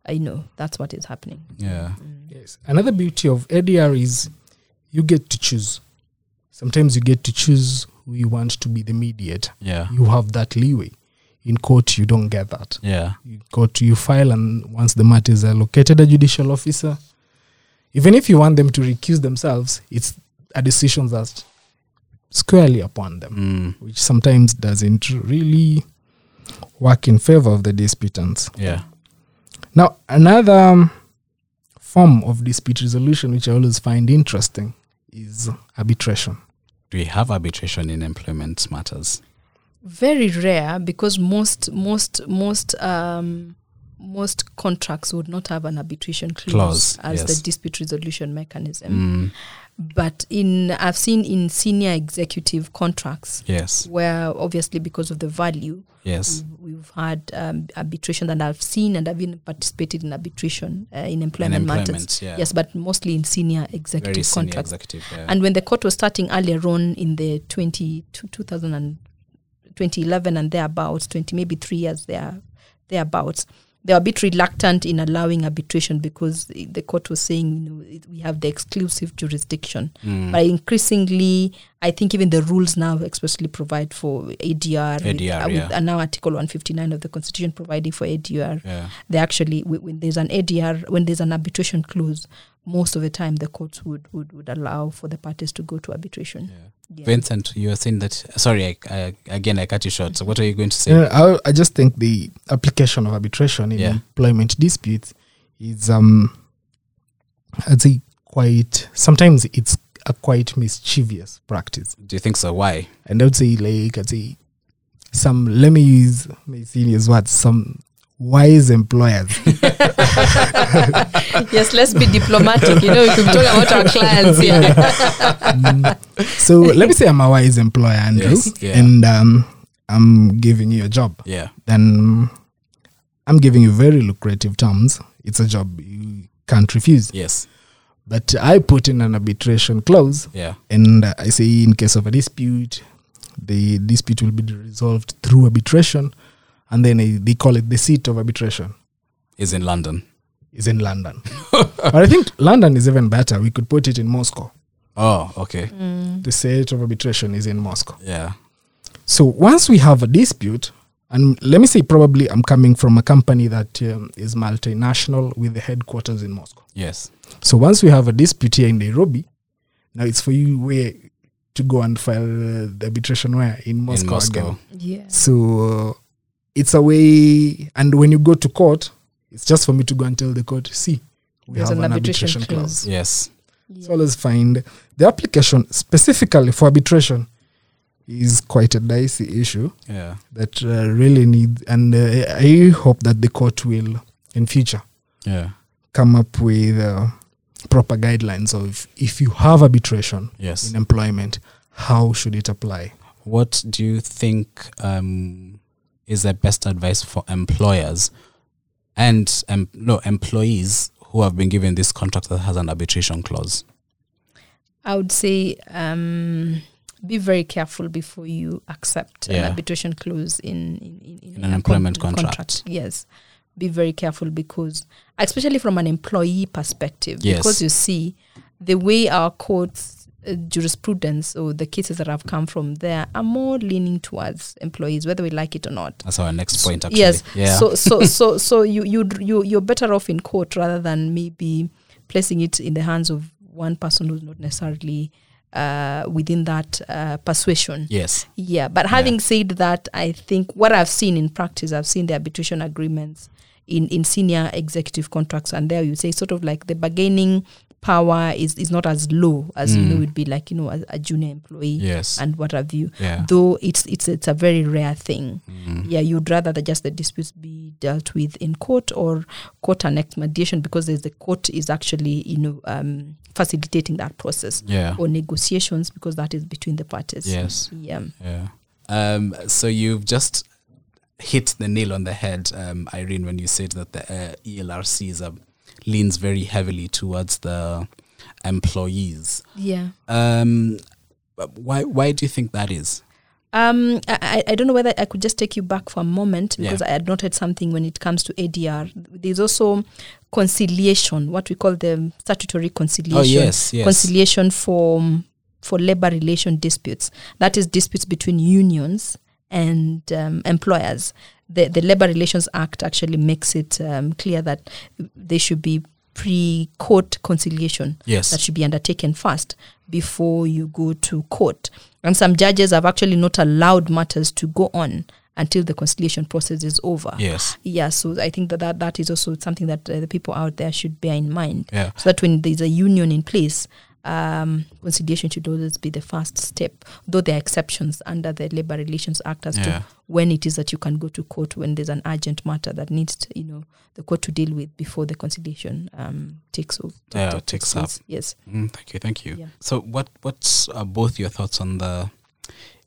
Speaker 2: I know that's what is happening.
Speaker 1: Yeah.
Speaker 3: Yes. Another beauty of ADR is you get to choose. Sometimes you get to choose who you want to be the mediator.
Speaker 1: Yeah.
Speaker 3: You have that leeway. In court, you don't get that.
Speaker 1: Yeah.
Speaker 3: you go to you file and once the matter is allocated a judicial officer even if you want them to recuse themselves it's a decision that's squarely upon them
Speaker 1: Mm.
Speaker 3: which sometimes doesn't really work in favor of the disputants
Speaker 1: Yeah.
Speaker 3: now another um, form of dispute resolution which i always find interesting is arbitration
Speaker 1: Do we have arbitration in employment matters?
Speaker 2: very rare because most most most um, most contracts would not have an arbitration clause,
Speaker 1: Clause,
Speaker 2: as
Speaker 1: yes.
Speaker 2: the dispute resolution mechanism.
Speaker 1: Mm.
Speaker 2: But in I've seen in senior executive contracts
Speaker 1: Yes.
Speaker 2: where obviously because of the value
Speaker 1: Yes.
Speaker 2: we've, we've had um, arbitration and I've seen and I've even participated in arbitration uh, in employment,
Speaker 1: employment,
Speaker 2: matters.
Speaker 1: yeah.
Speaker 2: Yes, but mostly in senior
Speaker 1: Very
Speaker 2: executive
Speaker 1: senior
Speaker 2: contracts.
Speaker 1: executive. Yeah.
Speaker 2: And when the court was starting earlier on in the 20, two- 2000 and 2011 and thereabouts, 20, maybe three years there, thereabouts, they were a bit reluctant in allowing arbitration because the the court was saying you know, it- we have the exclusive jurisdiction.
Speaker 1: Mm.
Speaker 2: But increasingly, I think even the rules now expressly provide for ADR, with-
Speaker 1: ADR,
Speaker 2: uh, with,
Speaker 1: yeah.
Speaker 2: and now Article 159 of the Constitution providing for ADR
Speaker 1: yeah.
Speaker 2: they actually wh- when there's an ADR when there's an arbitration clause most of the time the courts would would, would allow for the parties to go to arbitration Yeah.
Speaker 1: Vincent, you were saying that. Sorry, I, I, again, I cut you short. So, what are you going to say?
Speaker 3: Yeah, I, I just think the application of arbitration in
Speaker 1: Yeah.
Speaker 3: employment disputes is, um, I'd say, quite. Sometimes it's a quite mischievous practice,
Speaker 1: Do you think so? Why?
Speaker 3: and I would say, like, I'd say, some. Let me use my serious words. Some wise
Speaker 1: [LAUGHS]
Speaker 3: employers.
Speaker 2: yes let's be diplomatic you know we could talk about our clients yeah
Speaker 3: so let me say I'm a wise employer, Andrew,
Speaker 1: Yes, yeah.
Speaker 3: and um, I'm giving you a job.
Speaker 1: Yeah.
Speaker 3: Then I'm giving you very lucrative terms. It's a job you can't refuse.
Speaker 1: Yes.
Speaker 3: But I put in an arbitration clause,
Speaker 1: Yeah.
Speaker 3: and uh, I say in case of a dispute, the dispute will be resolved through arbitration, and then I, they call it the seat of arbitration
Speaker 1: Is in London.
Speaker 3: is in London. but I think London is even better. We could put it in Moscow.
Speaker 1: Oh, okay.
Speaker 2: Mm.
Speaker 3: The seat of arbitration is in Moscow.
Speaker 1: Yeah.
Speaker 3: So once we have a dispute, and let me say probably I'm coming from a company that um, is multinational with the headquarters in Moscow.
Speaker 1: Yes.
Speaker 3: So once we have a dispute here in Nairobi, now it's for you where to go and file uh, the arbitration where in Moscow.
Speaker 1: in Moscow.
Speaker 3: Again.
Speaker 2: yeah
Speaker 3: So uh, it's a way, and when you go to court, it's just for me to go and tell the court, see, we
Speaker 2: There's
Speaker 3: have
Speaker 2: an
Speaker 3: an,
Speaker 2: arbitration
Speaker 3: arbitration,
Speaker 2: clause."
Speaker 3: clause.
Speaker 1: Yes.
Speaker 3: So always find the application specifically for arbitration is quite a dicey issue
Speaker 1: Yeah.
Speaker 3: that uh, really need, and uh, I hope that the court will in future
Speaker 1: Yeah.
Speaker 3: come up with uh, proper guidelines of if you have arbitration
Speaker 1: Yes.
Speaker 3: in employment, how should it apply?
Speaker 1: What do you think um, is the best advice for employers and um, no employees who have been given this contract that has an arbitration clause?
Speaker 2: I would say um be very careful before you accept
Speaker 1: Yeah.
Speaker 2: an arbitration clause in in, in, in,
Speaker 1: an
Speaker 2: a
Speaker 1: employment contract.
Speaker 2: Yes, be very careful because, especially from an employee perspective,
Speaker 1: Yes.
Speaker 2: because you see the way our courts uh, jurisprudence or the cases that have come from there are more leaning towards employees, whether we like it or not.
Speaker 1: That's our next point. Actually.
Speaker 2: Yes.
Speaker 1: Yeah.
Speaker 2: So
Speaker 1: [LAUGHS]
Speaker 2: so so so you you you you're better off in court rather than maybe placing it in the hands of one person who's not necessarily uh, within that uh, persuasion.
Speaker 1: yes.
Speaker 2: Yeah, but having said that, I think what I've seen in practice, I've seen the arbitration agreements in, in senior executive contracts, and there you say sort of like the bargaining power is, is not as low as you know
Speaker 1: Mm.
Speaker 2: would be like you know a, a junior employee
Speaker 1: Yes.
Speaker 2: and what have you.
Speaker 1: yeah.
Speaker 2: Though it's it's it's a very rare thing.
Speaker 1: Mm.
Speaker 2: Yeah, you'd rather that just the disputes be dealt with in court or court annexed mediation because there's the court is actually you know um, facilitating that process
Speaker 1: Yeah.
Speaker 2: or negotiations because that is between the parties.
Speaker 1: Yes.
Speaker 2: Yeah.
Speaker 1: Yeah. Um, so you've just hit the nail on the head, um, Irene, when you said that the uh, ELRC is a, leans very heavily towards the employees.
Speaker 2: Yeah.
Speaker 1: Um, but why? Why do you think that is?
Speaker 2: Um, I, I I don't know whether I could just take you back for a moment
Speaker 1: Yeah.
Speaker 2: because I had noted something when it comes to ADR. There's also conciliation, what we call the statutory conciliation.
Speaker 1: Oh yes, yes.
Speaker 2: Conciliation for um, for labor relation disputes. That is disputes between unions and um, employers. The the Labor Relations Act actually makes it um, clear that there should be pre-court conciliation that
Speaker 1: yes.
Speaker 2: should be undertaken first before you go to court. And some judges have actually not allowed matters to go on until the conciliation process is over.
Speaker 1: [LAUGHS] Yes.
Speaker 2: Yeah, so I think that that, that is also something that uh, the people out there should bear in mind.
Speaker 1: Yeah.
Speaker 2: So that when there's a union in place, um, conciliation should always be the first step, though there are exceptions under the Labor Relations Act as
Speaker 1: Yeah.
Speaker 2: to when it is that you can go to court when there's an urgent matter that needs, to, you know, the court to deal with before the conciliation um, takes over.
Speaker 1: Yeah, takes up.
Speaker 2: Yes.
Speaker 1: Mm, thank you. Thank you.
Speaker 2: Yeah.
Speaker 1: So, what what's uh, both your thoughts on the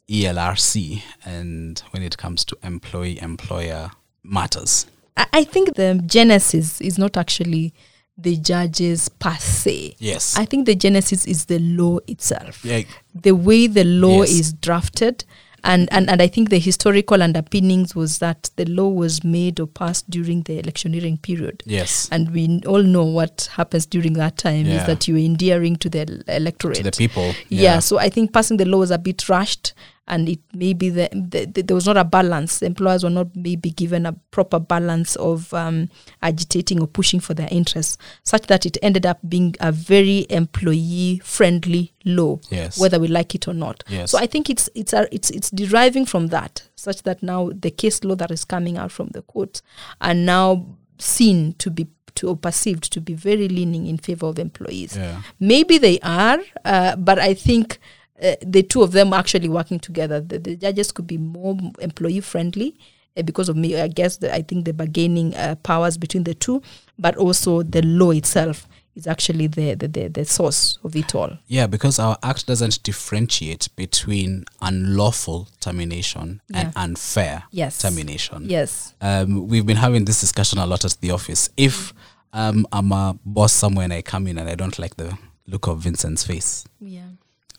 Speaker 1: E ELRC and when it comes to employee employer matters?
Speaker 2: I, I think the genesis is not actually the judges per se.
Speaker 1: Yes.
Speaker 2: I think the genesis is the law itself.
Speaker 1: yeah.
Speaker 2: The way the law
Speaker 1: Yes.
Speaker 2: is drafted. And, and, and I think the historical underpinnings was that the law was made or passed during the electioneering period.
Speaker 1: Yes.
Speaker 2: And we all know what happens during that time
Speaker 1: Yeah.
Speaker 2: is that you're endearing to the electorate.
Speaker 1: To the people.
Speaker 2: yeah. so i think passing the law was a bit rushed and it maybe the, the, the there was not a balance employers were not maybe given a proper balance of um, agitating or pushing for their interests such that it ended up being a very employee friendly law
Speaker 1: Yes.
Speaker 2: whether we like it or not
Speaker 1: Yes.
Speaker 2: so i think it's it's a, it's it's deriving from that such that now the case law that is coming out from the courts are now seen to be to or perceived to be very leaning in favor of employees
Speaker 1: yeah.
Speaker 2: Maybe they are, uh, but I think uh, the two of them actually working together. The, the judges could be more employee friendly uh, because of me. I guess the, I think the bargaining uh, powers between the two, but also the law itself is actually the the, the, the source of it all.
Speaker 1: Yeah, because our act doesn't differentiate between unlawful termination and
Speaker 2: Yeah.
Speaker 1: unfair
Speaker 2: Yes.
Speaker 1: termination.
Speaker 2: Yes.
Speaker 1: Um, we've been having this discussion a lot at the office. If um, I'm a boss somewhere and I come in and I don't like the look of Vincent's face,
Speaker 2: Yeah.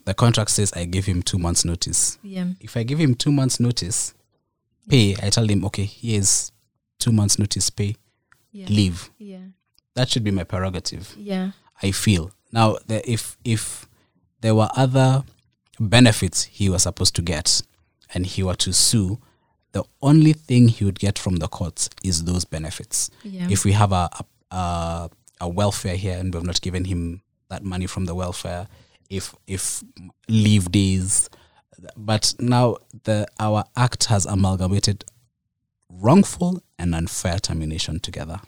Speaker 1: the contract says I give him two months' notice.
Speaker 2: Yeah.
Speaker 1: If I give him two months' notice, pay, I tell him, okay, here's two months' notice, pay,
Speaker 2: Yeah.
Speaker 1: leave.
Speaker 2: Yeah.
Speaker 1: That should be my prerogative.
Speaker 2: Yeah.
Speaker 1: I feel now the, if if there were other benefits he was supposed to get, and he were to sue, the only thing he would get from the courts is those benefits.
Speaker 2: Yeah.
Speaker 1: If we have a a, a a welfare here and we've not given him that money from the welfare, if if leave days, but now the our act has amalgamated wrongful and unfair termination together.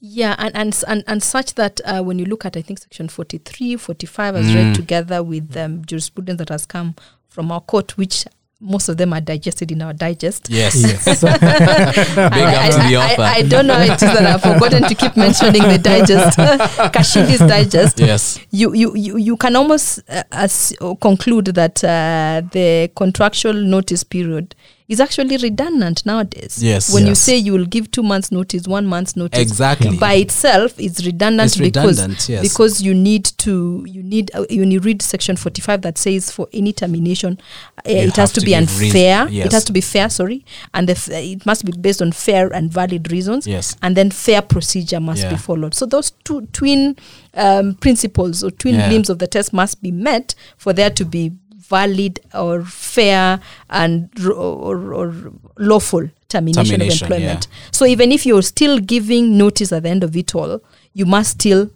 Speaker 2: Yeah, and and s- and, and such that uh, when you look at I think section 43, 45 as
Speaker 1: Mm.
Speaker 2: read together with um, jurisprudence that has come from our court, which most of them are digested in our digest.
Speaker 1: Yes. [LAUGHS]
Speaker 3: Yes.
Speaker 2: I,
Speaker 1: up to
Speaker 2: I-
Speaker 1: the
Speaker 2: I-
Speaker 1: author.
Speaker 2: I, I don't know how it is that I've forgotten to keep
Speaker 1: [LAUGHS]
Speaker 2: mentioning the digest, [LAUGHS] Kashindi's digest.
Speaker 1: yes.
Speaker 2: You, you you you can almost uh, as, or conclude that uh, the contractual notice period is actually redundant nowadays.
Speaker 1: Yes.
Speaker 2: When you
Speaker 1: Yes.
Speaker 2: say you will give two months' notice, one month's notice,
Speaker 1: Exactly.
Speaker 2: by itself is redundant,
Speaker 1: It's redundant,
Speaker 2: because
Speaker 1: yes.
Speaker 2: because you need to you need uh, you need read section 45 that says for any termination uh, it has
Speaker 1: have
Speaker 2: to,
Speaker 1: to
Speaker 2: be
Speaker 1: give reas-
Speaker 2: unfair
Speaker 1: yes.
Speaker 2: it has to be fair sorry and the f- it must be based on fair and valid reasons
Speaker 1: Yes.
Speaker 2: and then fair procedure must
Speaker 1: Yeah.
Speaker 2: be followed so those two twin um, principles or twin
Speaker 1: Yeah.
Speaker 2: limbs of the test must be met for there to be valid or fair and r- or, or lawful termination,
Speaker 1: Termination,
Speaker 2: of employment so even if you're still giving notice at the end of it all, you must still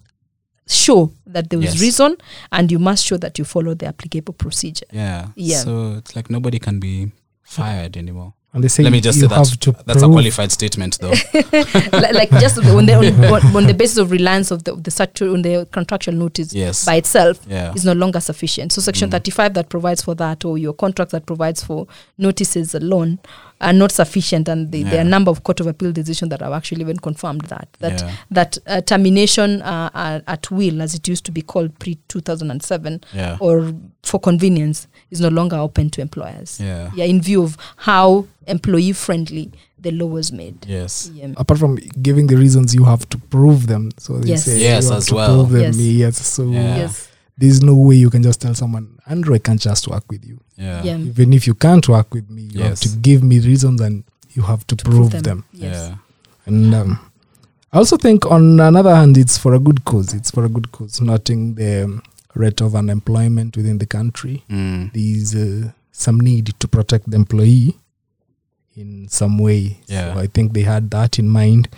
Speaker 2: show that there was
Speaker 1: Yes.
Speaker 2: reason and you must show that you follow the applicable procedure. [LAUGHS]
Speaker 1: Yeah.
Speaker 2: Yeah.
Speaker 1: So it's like nobody can be fired anymore.
Speaker 3: And they say
Speaker 1: Let me just
Speaker 3: you
Speaker 1: say
Speaker 3: have to
Speaker 1: that. That's a
Speaker 3: prove-
Speaker 1: qualified statement,
Speaker 2: [LAUGHS]
Speaker 1: though.
Speaker 2: Li- like just on the
Speaker 1: [LAUGHS]
Speaker 2: on, on the basis of reliance of the, of the statutory on the contractual notice
Speaker 1: Yes.
Speaker 2: by itself
Speaker 1: Yeah. Mm.
Speaker 2: is no longer sufficient. So section 35 that provides for that or your contract that provides for notices alone are not sufficient and the, there are a
Speaker 1: Yeah.
Speaker 2: number of court of appeal decisions that have actually even confirmed that that
Speaker 1: Yeah.
Speaker 2: that uh, termination uh, uh, at will as it used to be called pre 2007
Speaker 1: Yeah.
Speaker 2: or for convenience is no longer open to employers.
Speaker 1: Yeah.
Speaker 2: Yeah, in view of how employee friendly the law was made.
Speaker 1: Yes.
Speaker 2: Yeah.
Speaker 3: apart from giving the reasons you have to prove them so they
Speaker 2: Yes.
Speaker 3: say
Speaker 1: Yes,
Speaker 3: you have
Speaker 1: as
Speaker 3: to
Speaker 1: well.
Speaker 3: prove them
Speaker 2: Yes.
Speaker 3: yes so
Speaker 1: Yeah.
Speaker 2: Yes.
Speaker 3: there's no way you can just tell someone andrew i can't just work with you
Speaker 1: Yeah.
Speaker 2: Yeah.
Speaker 3: even if you can't work with me you
Speaker 1: Yes.
Speaker 3: have to give me reasons and you have to, prove, them,
Speaker 2: Yes.
Speaker 3: and um, i also think on another hand it's for a good cause it's for a good cause noting the um, rate of unemployment within the country
Speaker 1: Yeah. Mm.
Speaker 3: there's uh, some need to protect the employee in some way.
Speaker 1: Yeah.
Speaker 3: So I think they had that in mind.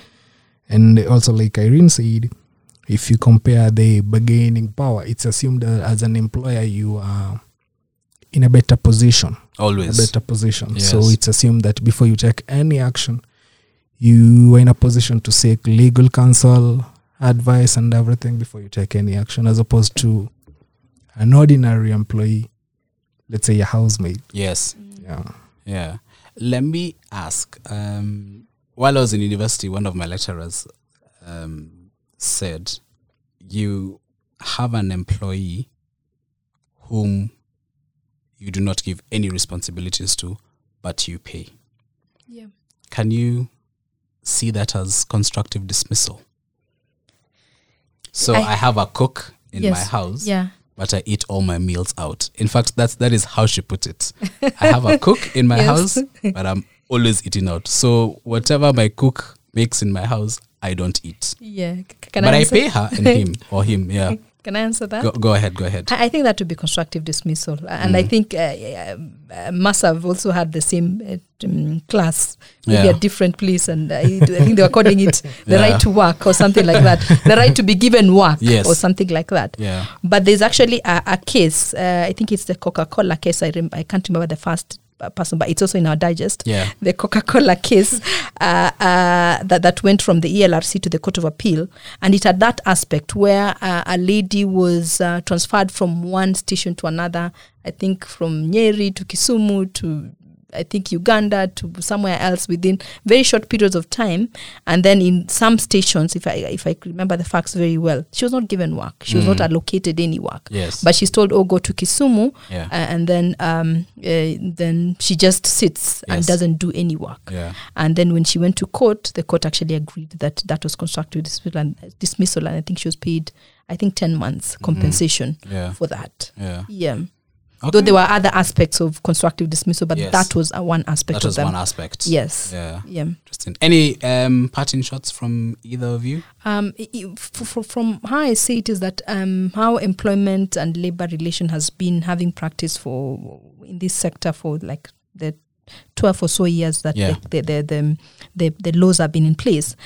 Speaker 3: And also, like Irene said, if you compare the bargaining power, it's assumed that as an employer you are in a better position.
Speaker 1: Always.
Speaker 3: A better position. So
Speaker 1: Yes.
Speaker 3: it's assumed that before you take any action, you are in a position to seek legal counsel, advice, and everything before you take any action, as opposed to an ordinary employee, let's say a housemaid.
Speaker 1: Yes.
Speaker 3: Yeah.
Speaker 1: Yeah. Let me ask. Um, while I was in university, one of my lecturers um, said, "You have an employee whom you do not give any responsibilities to, but you pay."
Speaker 2: Yeah.
Speaker 1: Can you see that as constructive dismissal? So I,
Speaker 2: I-
Speaker 1: have a cook in my
Speaker 2: Yes.
Speaker 1: house
Speaker 2: Yeah.
Speaker 1: but I eat all my meals out. In fact, that's that is how she put it. I have a cook in my
Speaker 2: [LAUGHS] Yes.
Speaker 1: house, but I'm always eating out. So whatever my cook makes in my house, I don't eat.
Speaker 2: Yeah. C- Can
Speaker 1: but
Speaker 2: I
Speaker 1: I
Speaker 2: answer?
Speaker 1: pay her and
Speaker 2: [LAUGHS]
Speaker 1: him or him. Yeah.
Speaker 2: Can I answer that?
Speaker 1: Go, go ahead. Go ahead.
Speaker 2: I I think that would be constructive dismissal, A- and
Speaker 1: Mm.
Speaker 2: I think uh, yeah, uh, Massa have also had the same uh, um, class, maybe
Speaker 1: Yeah.
Speaker 2: a different place, and uh, it- I think they were calling
Speaker 1: [LAUGHS]
Speaker 2: it the
Speaker 1: Yeah.
Speaker 2: right to work or something like that, the right to be given work
Speaker 1: [LAUGHS] Yes.
Speaker 2: or something like that.
Speaker 1: Yeah.
Speaker 2: But there's actually a, a case. Uh, I think it's the Coca-Cola case. I rem- I can't remember the first uh, person, but it's also in our digest.
Speaker 1: Yeah.
Speaker 2: the Coca-Cola case uh, uh, that that went from the ELRC to the Court of Appeal, and it had that aspect where uh, a lady was uh, transferred from one station to another. I think from Nyeri to Kisumu to I think Uganda to somewhere else within very short periods of time, and then in some stations, if I if I remember the facts very well, she was not given work. She was not allocated any work.
Speaker 1: Mm. Yes.
Speaker 2: But she's told, "Oh, go to Kisumu,"
Speaker 1: Yeah.
Speaker 2: a- and then um, uh, then she just sits and
Speaker 1: Yes.
Speaker 2: doesn't do any work.
Speaker 1: Yeah.
Speaker 2: And then when she went to court, the court actually agreed that that was constructive dismissal, and, dismissal, and I think she was paid, I think, ten months compensation
Speaker 1: Mm-hmm. Yeah.
Speaker 2: for that.
Speaker 1: Yeah.
Speaker 2: Yeah. Though
Speaker 1: Okay.
Speaker 2: there were other aspects of constructive dismissal, but
Speaker 1: Yes.
Speaker 2: that was uh, one aspect
Speaker 1: That
Speaker 2: of
Speaker 1: was
Speaker 2: them.
Speaker 1: one aspect.
Speaker 2: Yes.
Speaker 1: Yeah.
Speaker 2: Yeah.
Speaker 1: Interesting. Any um, parting shots from either of you?
Speaker 2: Um, i- i- f- f- from how I see it is that um, how employment and labor relation has been having practice for in this sector for like the twelve or so years that
Speaker 1: Yeah.
Speaker 2: the, the, the, the, the the laws have been in place.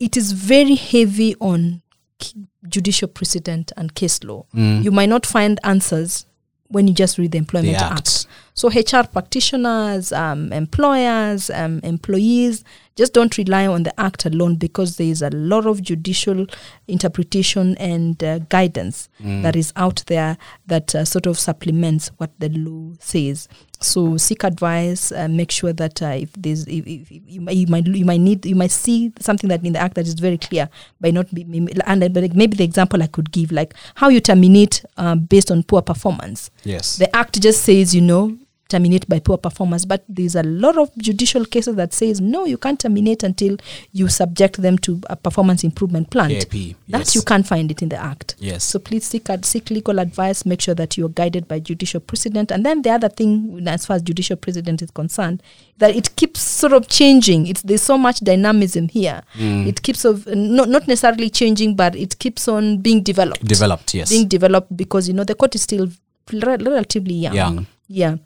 Speaker 2: It is very heavy on k- judicial precedent and case law. You might not find answers when you just read the Employment
Speaker 1: Mm. The Act.
Speaker 2: Act. So HR practitioners, um, employers, um, employees just don't rely on the act alone because there is a lot of judicial interpretation and uh, guidance that is out there that uh, sort of supplements what the law says. So seek advice. Uh, make sure that uh, if there's if, if, if you, might, you might you might need you might see something that in the act that is very clear by not be, and uh, but like maybe the example I could give like how you terminate uh, based on poor performance.
Speaker 1: Yes.
Speaker 2: The act just says, you know, terminate by poor performance, but there's a lot of judicial cases that says no, you can't terminate until you subject them to a performance improvement plan.
Speaker 1: KIP,
Speaker 2: That
Speaker 1: yes.
Speaker 2: you can't find it in the act.
Speaker 1: Yes.
Speaker 2: So please seek ad- seek legal advice. Make sure that you are guided by judicial precedent. And then the other thing, as far as judicial precedent is concerned, that it keeps sort of changing. It's there's so much dynamism here.
Speaker 1: Mm.
Speaker 2: It keeps of not not necessarily changing, but it keeps on being developed
Speaker 1: Developed. Yes.
Speaker 2: being developed because you know the court is still re- relatively young.
Speaker 1: Young.
Speaker 2: Yeah.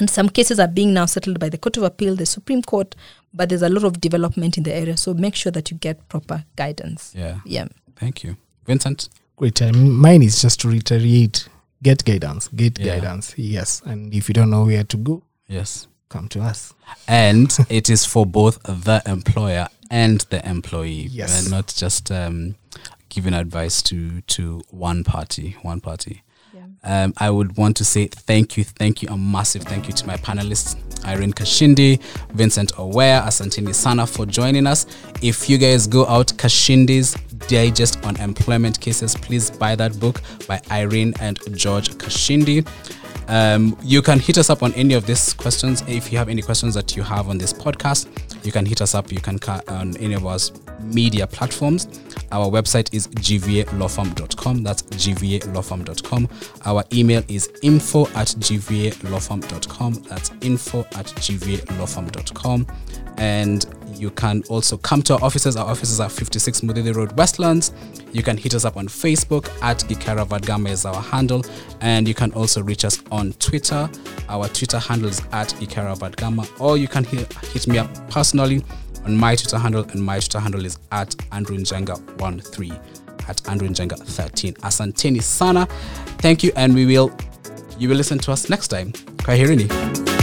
Speaker 2: And some cases are being now settled by the Court of Appeal, the Supreme Court, but there's a lot of development in the area. So make sure that you get proper guidance.
Speaker 1: yeah.
Speaker 2: Yeah.
Speaker 1: Thank you, Vincent.
Speaker 3: Great. Um, mine is just to reiterate get guidance, get
Speaker 1: Yeah.
Speaker 3: guidance. Yes. And if you don't know where to go,
Speaker 1: Yes.
Speaker 3: come to us.
Speaker 1: and it is for both the employer and the employee.
Speaker 3: Yes.
Speaker 1: We're not just um, giving advice to to one party, one party.
Speaker 2: Yeah.
Speaker 1: Um, I would want to say thank you, thank you, a massive thank you to my panelists, Irene Kashindi, Vincent Aware, Asantini Sana for joining us. If you guys go out, Kashindi's Digest on Employment Cases, please buy that book by Irene and George Kashindi. Um, you can hit us up on any of these questions. If you have any questions that you have on this podcast, you can hit us up. You can ca- on any of our s- media platforms. Our website is gvalawfirm.com. That's gvalawfirm.com. Our email is info at gvalawfirm.com. That's info at gvalawfirm.com. And you can also come to our offices. Our offices are 56 Mudidi Road, Westlands. You can hit us up on Facebook at Gikara Vadgama is our handle. And you can also reach us on Twitter. Our Twitter handle is at Gikara Vadgama. Or you can hit, hit me up personally on my Twitter handle, and my Twitter handle is at Andrew Njenga13, at Andrew Njenga13. Asanteni sana. Thank you, and we will, you will listen to us next time. Kwaherini.